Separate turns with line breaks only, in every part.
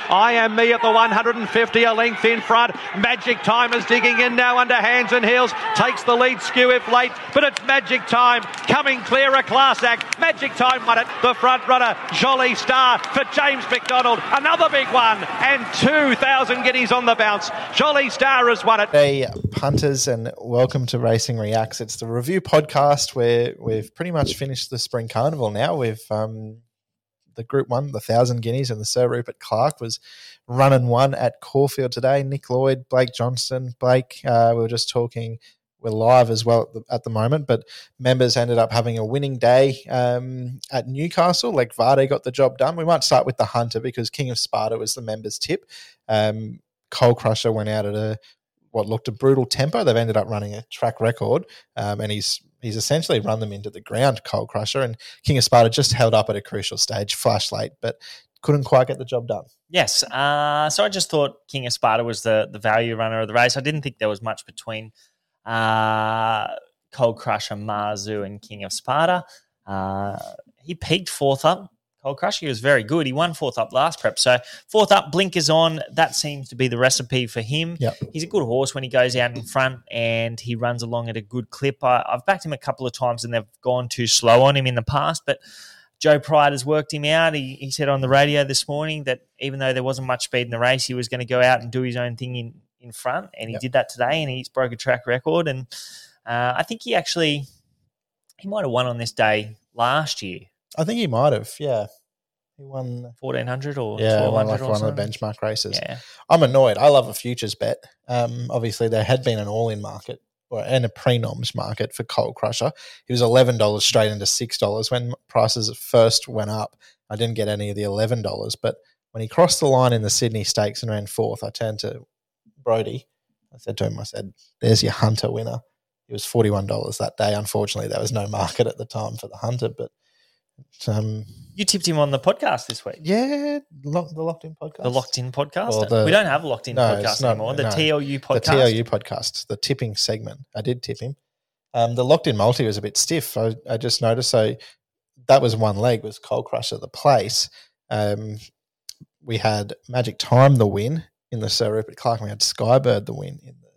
I am me at the 150, a length in front. Magic Time is digging in now under hands and heels. Takes the lead skew if late, but it's Magic Time coming clear. A class act. Magic Time won it. The front runner, Jolly Star for James McDonald. Another big one and 2,000 guineas on the bounce. Jolly Star has won it.
Hey, punters, and welcome to Racing Reacts. It's the review podcast where we've pretty much finished the spring carnival now. We've um, the Group One, the Thousand Guineas, and the Sir Rupert Clark was run and one at Caulfield today. Nick Lloyd, Blake Johnston, Blake. Uh, we were just talking. We're live as well at the, at the moment, but members ended up having a winning day um, at Newcastle. Like Varde got the job done. We might start with the Hunter because King of Sparta was the members' tip. Um, Coal Crusher went out at a what looked a brutal tempo. They've ended up running a track record, um, and he's he's essentially run them into the ground, Coal Crusher. And King of Sparta just held up at a crucial stage, flash late, but couldn't quite get the job done.
Yes. Uh, so I just thought King of Sparta was the, the value runner of the race. I didn't think there was much between uh, Coal Crusher, Marzu, and King of Sparta. Uh, he peaked fourth up. Coal Crusher he was very good. He won fourth up last prep. So fourth up, blinkers on. That seems to be the recipe for him.
Yep.
He's a good horse when he goes out in front and he runs along at a good clip. I, I've backed him a couple of times and they've gone too slow on him in the past, but Joe Pride has worked him out. He, he said on the radio this morning that even though there wasn't much speed in the race, he was going to go out and do his own thing in, in front. And he
Yep.
did that today and he's broke a track record. And uh, I think he actually, he might have won on this day last year.
I think he might have. Yeah, he won.
1400 or
Yeah, won
1200
like
or
one of the
something.
benchmark races.
Yeah.
I'm annoyed. I love a futures bet. Um, obviously, there had been an all-in market or and a pre-noms market for Coal Crusher. He was eleven dollars straight into six dollars when prices first went up. I didn't get any of the eleven dollars, but when he crossed the line in the Sydney Stakes and ran fourth, I turned to Brody. I said to him, "I said, there's your Hunter winner." It was forty-one dollars that day. Unfortunately, there was no market at the time for the Hunter, but um,
You tipped him on the podcast this week.
yeah, lock, the locked-in podcast,
The Locked In podcast.
Well, the-
we don't have a Locked In
No, it's
podcast
not-
anymore. The
no.
TLU podcast.
The TLU podcast, the tipping segment. I did tip him. Um, the locked in multi was a bit stiff. I, I just noticed. So that was one leg was Coal Crusher the place. Um, we had Magic Time the win in the Sir Rupert Clark. and We had Skybird the win in the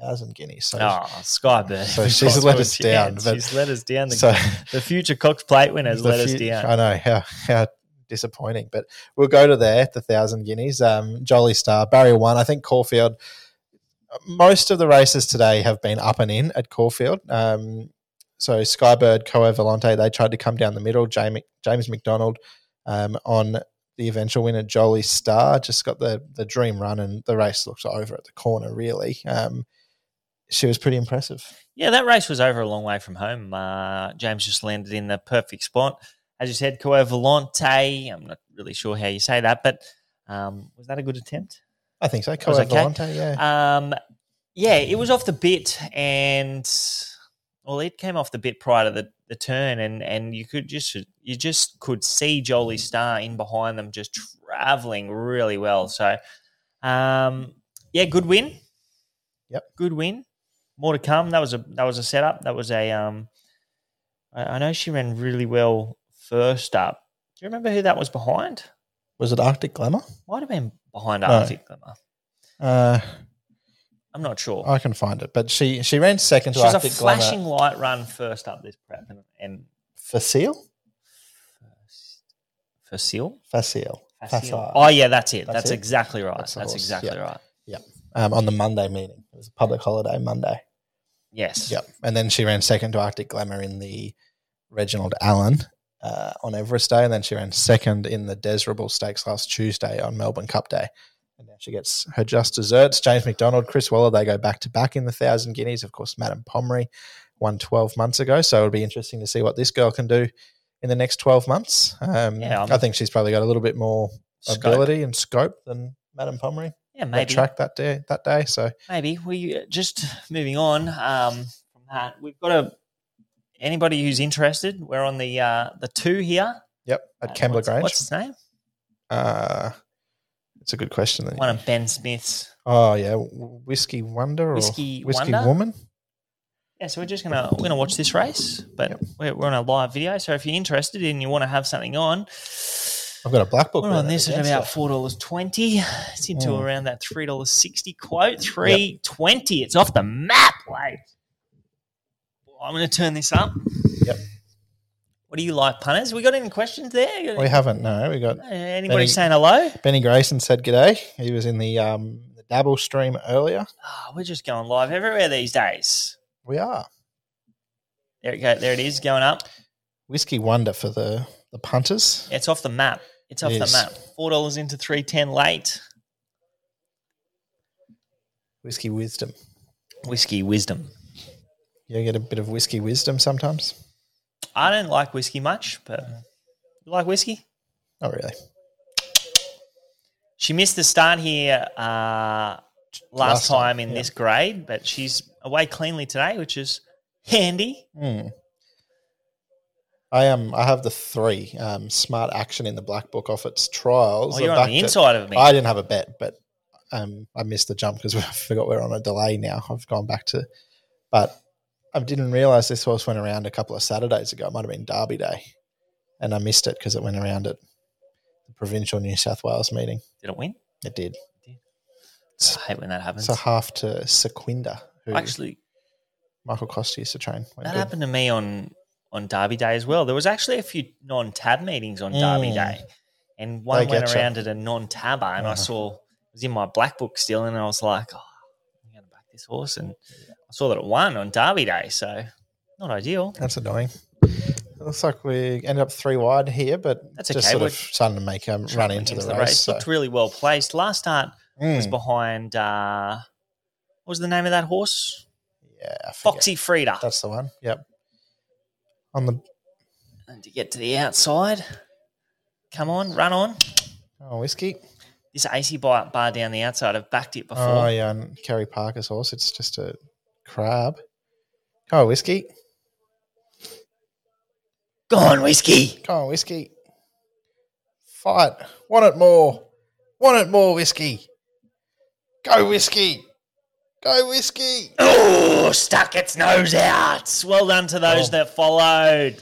Thousand Guineas. So,
Oh, Skybird.
So she's let us down, but-
she's let us down. The,
so
the future Cox Plate winners
the
let us
few-
down.
I know how how disappointing, but we'll go to there the thousand guineas. Um, Jolly Star Barrier One. I think Caulfield. Most of the races today have been up and in at Caulfield. Um, so Skybird, Coe Volante, they tried to come down the middle. Jamie, James McDonald um, on the eventual winner, Jolly Star, just got the the dream run, and the race looked over at the corner. Really, um, she was pretty impressive.
Yeah, that race was over a long way from home. Uh, James just landed in the perfect spot. As you said, Coe Volante. I'm not really sure how you say that, but um, was that a good attempt?
I think so. Coe
was okay.
Volante, yeah.
Um, yeah, it was off the bit, and well, it came off the bit prior to the, the turn, and and you could just you just could see Jolie Star in behind them, just traveling really well. So, um, yeah, good win.
Yep.
good win. More to come. That was a that was a setup. That was a um. I, I know she ran really well first up. Do you remember who that was behind?
was it Arctic Glamour?
Might have been behind
No.
Arctic Glimmer.
Uh,
I'm not sure.
I can find it, but she she ran second to
She was a
Arctic Glamour
flashing light run first up this prep and, and
Facile.
Facile.
Facile. Facile.
Oh yeah, that's it.
That's
That's,
it?
exactly right.
That's
That's,
the horse,
exactly
yeah.
right.
Um, on the Monday meeting, it was a public holiday Monday.
Yes.
Yep, and then she ran second to Arctic Glamour in the Reginald Allen uh, on Everest Day, and then she ran second in the Desirable Stakes last Tuesday on Melbourne Cup Day. And now she gets her just desserts. James McDonald, Chris Weller, they go back to back in the thousand guineas. Of course, Madame Pomery won twelve months ago, so it'll be interesting to see what this girl can do in the next twelve months. Um,
Yeah, I'm-
I think she's probably got a little bit more
Scope.
ability and scope than Madame Pomery.
Yeah,
Maybe.
maybe.
track that day, that day. So
Maybe we uh, just moving on um, from that. We've got a anybody who's interested. We're on the uh, the two here
yep, at
Uh,
Kembla
what's-
Grange.
What's his name?
Uh, it's a good question. Then.
One of Ben Smith's.
Oh yeah, Wh- whiskey wonder or
Whiskey
whiskey,
Wonder?
woman.
Yeah, so we're just gonna we're gonna watch this race, but we're, we're on a live video. So if you're interested and you want to have something on,
I've got a black book.
We're on this at about four dollars twenty. It's into
Mm.
around that three dollars sixty quote. Three twenty. It's off the map. Like I'm going to turn this up.
Yep.
What do you like, punters? We got any questions there? You got-
We haven't. No, we got
Anybody
Any-
saying hello?
Benny Grayson said g'day. He was in the um the dabble stream earlier.
Ah, we're just going live everywhere these days.
We are
There it go. There it is going up.
whiskey wonder for the the punters.
It's off the map. It's off
It
the
is.
map. Four dollars into three ten late.
Whiskey wisdom.
Whiskey wisdom.
You get a bit of whiskey wisdom sometimes.
I don't like whiskey much, but you like whiskey?
Not really.
She missed the start here uh, last,
Last time,
time, in
yeah.
this grade, but she's away cleanly today, which is handy.
Hmm. I am. I have the three um, smart action in the black book off its trials.
Oh,
They're
you're on
backed
the
at-
inside of me.
I didn't have a bet, but um, I missed the jump because I forgot we're on a delay now. I've gone back to, but I didn't realize this horse went around a couple of Saturdays ago. It might have been Derby Day, and I missed it because it went around at the provincial New South Wales meeting.
Did it win?
It did.
I hate when that happens.
It's a half to Sequinda, who
Actually,
Michael Costa used to train. Went
that
good.
happened to me on on Derby Day as well. There was actually a few non-tab meetings on Derby
Mm.
Day, and one
They
went
getcha.
around at a non-tabber, and I
Uh-huh.
saw it was in my black book still, and I was like, oh, I'm going to back this horse, and I saw that it won on Derby Day, so not ideal.
That's annoying. It looks like we ended up three wide here, but
That's
just
okay,
sort
we're
of starting to make a run into, the, race. so-
Looked really well placed. Last start was
Mm.
behind. Uh, what was the name of that horse?
yeah, I forget.
Foxy Frida.
That's the one. Yep. On the
And to get to the outside, come on, run on.
oh, whiskey.
This AC bar, bar down the outside. I've backed it before.
Oh yeah, and Kerry Parker's horse. It's just a crab. Come on, whiskey.
Go on, whiskey.
Come on, whiskey. Fight. Want it more. Want it more, whiskey. Go, whiskey. Go, whiskey.
Oh, stuck its nose out. Well done to those
Oh.
that followed.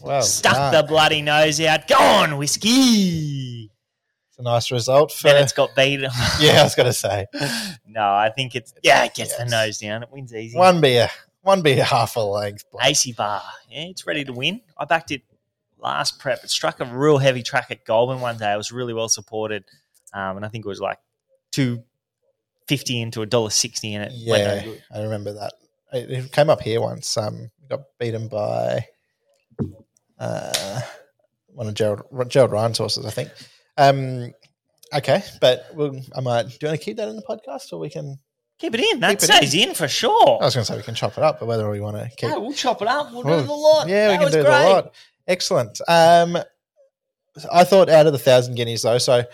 Well,
Stuck
done.
the bloody nose out. Go on, whiskey.
It's a nice result for.
Then it's got beat.
yeah, I was gonna say
no, I think it's yeah. It gets the
Yes.
nose down. It wins easy.
one beer, one beer, half a length.
AC Bar. Yeah, it's ready to win. I backed it last prep. It struck a real heavy track at Goulburn one day. It was really well supported, um, and I think it was like two fifty into a dollar sixty, and it went no
Yeah,
good.
I remember that. It, it came up here once. Um, got beaten by uh, one of Gerald Gerald Ryan's horses, I think. Um, okay, but we'll, I might. Do you want to keep that in the podcast, or we can?
Keep it in. That
Keep it
stays in. for sure.
I was going to say we can chop it up, but whether we want to keep,
No, we'll chop it up. We'll
Well,
do the lot.
yeah,
that
we can
was
do
great.
the lot. Excellent. Um, I thought out of the thousand guineas though, so.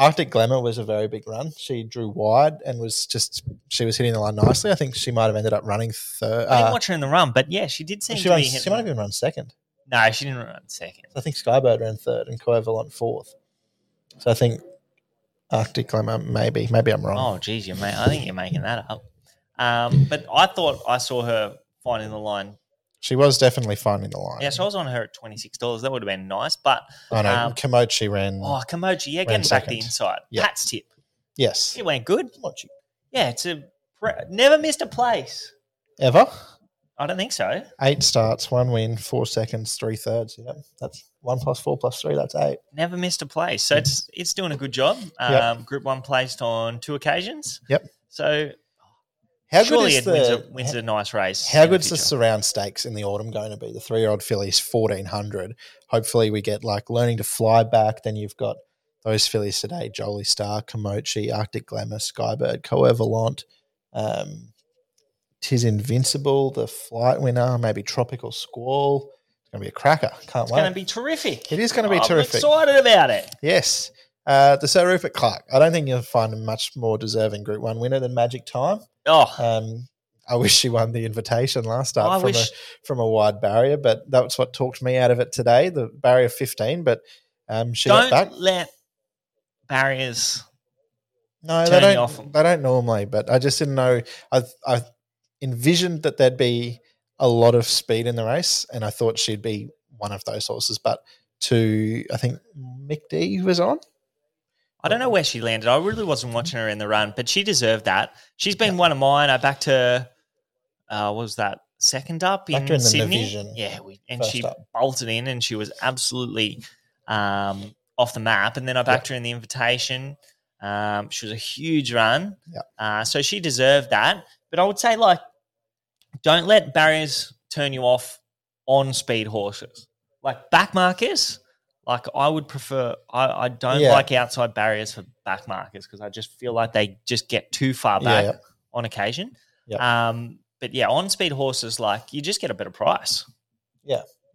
Arctic Glamour was a very big run. She drew wide and was just she was hitting the line nicely. I think she might have ended up running third.
I didn't
Uh,
watch her in the run, but yeah, she did seem
she,
to
ran,
be.
she
hitting-
might have even run second.
no, she didn't run second.
I think Skybird ran third and Coevalent fourth. So I think Arctic Glamour, maybe. Maybe I'm wrong.
Oh, geez, you mate. I think you're making that up. Um, but I thought I saw her finding the line
She was definitely finding the line.
Yeah, so I was on her at twenty six dollars. That would have been nice, but
I know.
um,
Komochi ran.
oh, Kamoji, yeah,
Ran
getting back
second.
the inside.
Yeah.
Pat's tip,
yes.
it went good.
Komochi.
Yeah, it's a pre- never missed a place.
Ever.
I don't think so.
Eight starts, one win, four seconds, three thirds. Yep. That's one plus four plus three. That's eight.
Never missed a place. So it's it's doing a good job. Um,
Yeah.
Group one placed on two occasions.
Yep.
So
How
surely
good
it
is
wins,
the,
a, wins a nice race.
How
in the
good's the
future.
surround stakes in the autumn going to be? The three year old fillies, 1400. Hopefully, we get like learning to fly back. Then you've got those fillies today Jolly Star, Komochi, Arctic Glamour, Skybird, Coevalant, um, Tis Invincible, the flight winner, maybe Tropical Squall. It's going to be a cracker. Can't
It's
wait.
going to be terrific.
it is going to be
I'm
terrific.
excited about it.
Yes. Uh, the Sir Rupert Clark. I don't think you'll find a much more deserving Group 1 winner than Magic Time.
Oh,
Um, I wish she won the invitation last start
I
from,
wish-
a, from a wide barrier, but that's what talked me out of it today, the barrier 15. But um, she got back.
don't let barriers.
No,
turn
they
you
don't,
off.
they don't normally, but I just didn't know. I, I envisioned that there'd be a lot of speed in the race, and I thought she'd be one of those horses, but to I think Mick D was on.
I don't know where she landed. I really
Mm-hmm.
wasn't watching her in the run, but she deserved that. She's been one of mine. I backed her. Uh, what was that second up in,
Backed her in the
Sydney?
division
yeah, we, and
first
she
up.
bolted in, and she was absolutely um, off the map. And then I backed her in the invitation. Um, she was a huge run,
Yeah.
uh, so she deserved that. But I would say, like, don't let barriers turn you off on speed horses. Like back markers, like I would prefer. I, I don't
Yeah.
like outside barriers for back markers because I just feel like they just get too far back
Yeah.
on occasion.
Yeah.
Um, but yeah, on speed horses, like you just get a better price.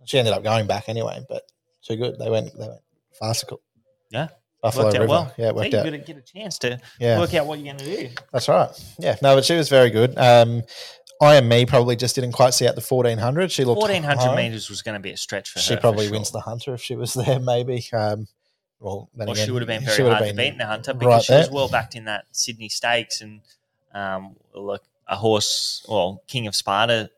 She ended up going back anyway, but too good. They went they went farcical.
Yeah.
Buffalo
worked out
River.
well.
Yeah, it
So
worked
you
out.
gotta get a chance to
Yeah.
work out what you're going to do.
That's right. Yeah, no, but she was very good. Um, I and me probably just didn't quite see out the fourteen hundred. She looked
Fourteen hundred
high.
meters was going to be a stretch for her.
She
for
probably
sure.
wins the hunter if she was there, maybe. Um, well, then
Well,
again,
she would have been very
she would
hard
have
to beat in the Hunter
right
because she was
there.
well backed in that Sydney Stakes and um, look, a horse. Well, King of Sparta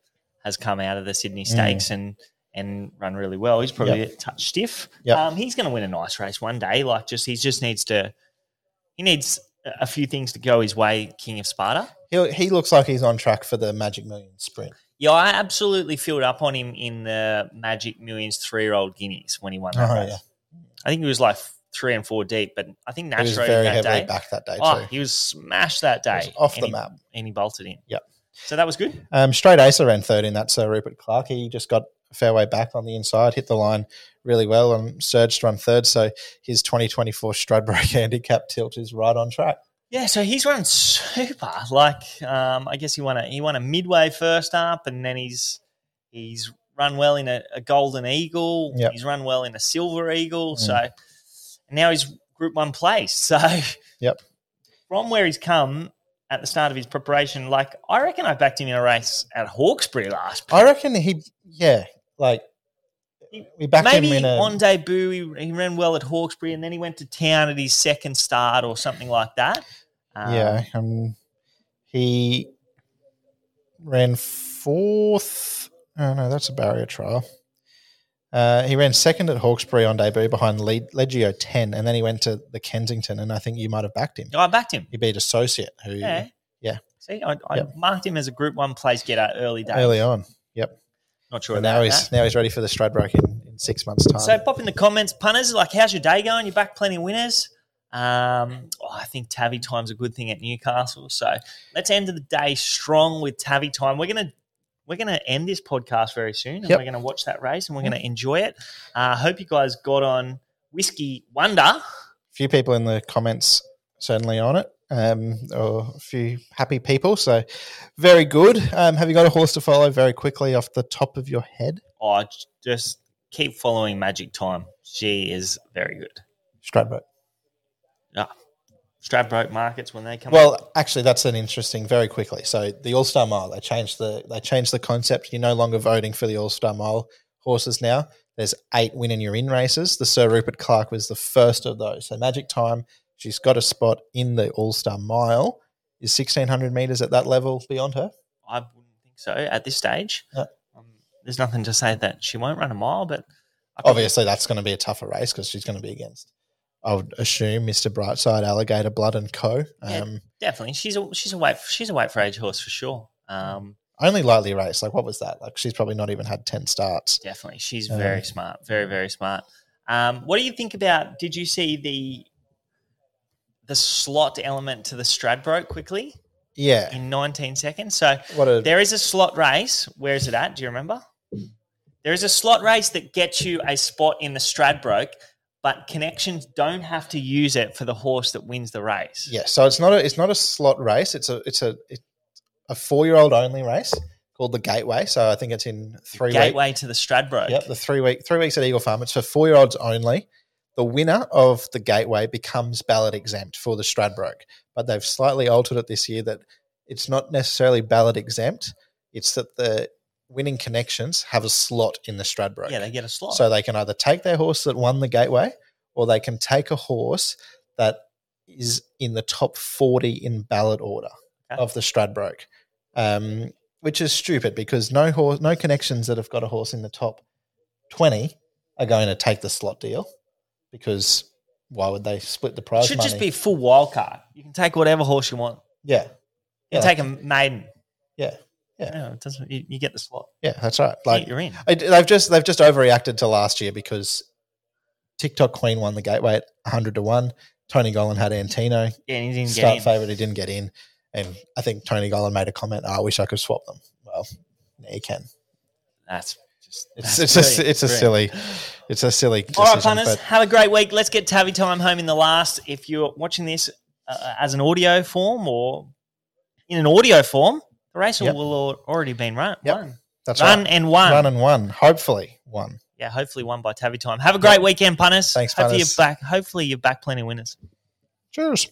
has come out of the
Mm.
Sydney Stakes and and run really well. He's probably a touch stiff.
Yep.
Um, he's going to win a nice race one day. Like just he just needs to he needs a- a few things to go his way. King of Sparta.
He, he looks like he's on track for the Magic Million sprint.
Yeah, I absolutely filled up on him in the Magic Millions three-year-old guineas when he won that
Oh,
race.
yeah.
I think he was like three and four deep, but I think
He was
Nash rode him
very
that
heavily
day.
back that day, too.
Oh, he was smashed that day.
was off
and
the
he-
map.
And he bolted in.
Yep.
So that was good.
Um, straight Acer ran third in that, Sir uh, Rupert Clark. He just got a fair way back on the inside, hit the line really well, and surged run third. So his 2024 Stradbroke handicap tilt is right on track.
Yeah, so he's run super. Like, um, I guess he won a he won a midway first up, and then he's he's run well in a, a golden eagle.
Yep. Mm.
He's run well in a silver eagle. So and now he's Group One place. So
Yep.
from where he's come at the start of his preparation, like I reckon I backed him in a race at Hawkesbury last.
I reckon he, yeah, like we backed
Maybe
him in a.
on debut he, he ran well at Hawkesbury and then he went to town at his second start or something like that. Um,
yeah, um, he ran fourth. Oh no, that's a barrier trial. Uh, he ran second at Hawkesbury on debut behind Le- Legio ten, and then he went to the Kensington, and I think you might have backed him.
I backed him.
He beat associate who
Yeah.
Yeah.
See, I, I
Yep.
marked him as a Group One place getter early days.
early on.
Not sure
But
about
now he's
that.
now he's ready for the Stradbroke in, in six months' time.
So pop in the comments, punters. Like, how's your day going? You back plenty of winners. Um, oh, I think Tavy time's a good thing at Newcastle. So let's end the day strong with Tavy time. We're gonna we're gonna end this podcast very soon, and
Yep.
we're gonna watch that race and we're gonna enjoy it. I uh, hope you guys got on whiskey wonder.
few people in the comments certainly on it, um, or a few happy people. So very good. Um, have you got a horse to follow? Very quickly off the top of your head,
Oh, j- just keep following Magic Time. She is very good.
Stradbroke.
Stradbroke markets when they come. out.
Well, actually, that's an interesting. Very quickly, so the All Star Mile they changed the they changed the concept. You're no longer voting for the All Star Mile horses now. There's eight win and you're in races. The Sir Rupert Clark was the first of those. So Magic Time, she's got a spot in the All Star Mile. Is 1600 meters at that level beyond her?
I wouldn't think so at this stage.
No.
Um, there's nothing to say that she won't run a mile, but I probably-
Obviously, that's going to be a tougher race because she's going to be against, I would assume, Mr. Brightside, Alligator Blood and Co.
Yeah.
Um,
definitely she's a she's a weight she's a weight for age horse for sure. Um,
Only lightly raced. Like, what was that? Like, she's probably not even had 10 starts.
definitely, she's
Um,
very smart, very very smart. Um, what do you think about? Did you see the the slot element to the Stradbroke quickly
Yeah.
in 19 seconds? So
What a.
There is a slot race. Where is it at? Do you remember? There is a slot race that gets you a spot in the Stradbroke, but connections don't have to use it for the horse that wins the race.
Yeah, so it's not a it's not a slot race. It's a it's a it's a four year old only race called the Gateway. So I think it's in three weeks.
Gateway to the Stradbroke.
Yep, the three week three weeks at Eagle Farm. It's for four year olds only. The winner of the Gateway becomes ballot exempt for the Stradbroke, but they've slightly altered it this year that it's not necessarily ballot exempt. It's that the winning connections have a slot in the Stradbroke.
Yeah, they get a slot.
So they can either take their horse that won the gateway or they can take a horse that is in the top 40 in ballot order
Okay.
of the Stradbroke, um, which is stupid because no horse, no connections that have got a horse in the top 20 are going to take the slot deal because why would they split the prize?
should
money?
just be full wild card. You can take whatever horse you want.
yeah,
You
Yeah.
can take a maiden.
yeah,
Yeah, it doesn't. You, you get the slot.
yeah. That's right.
Like
Like
you're in.
I, they've just they've just overreacted to last year because TikTok Queen won the gateway at 100 to one. Tony Golan had Antino
Yeah, and you didn't
start
get in.
favorite. He didn't get in, and I think Tony Golan made a comment. "Oh, I wish I could swap them. Well, yeah, you can.
That's just.
It's
that's
it's just
brilliant,
it's a
brilliant.
silly it's a silly.
All right,
decision,
punters,
but-
have a great week. Let's get Tabby time home in the last. If you're watching this uh, as an audio form or in an audio form, the race
Yep.
will al- already been run,
Yep,
won.
That's
run
right.
and won.
Run and one. Hopefully one.
yeah, hopefully won by Tabby time. Have a great weekend, punters.
Thanks,
hopefully
punters.
You're back, hopefully you're back plenty of winners.
Cheers.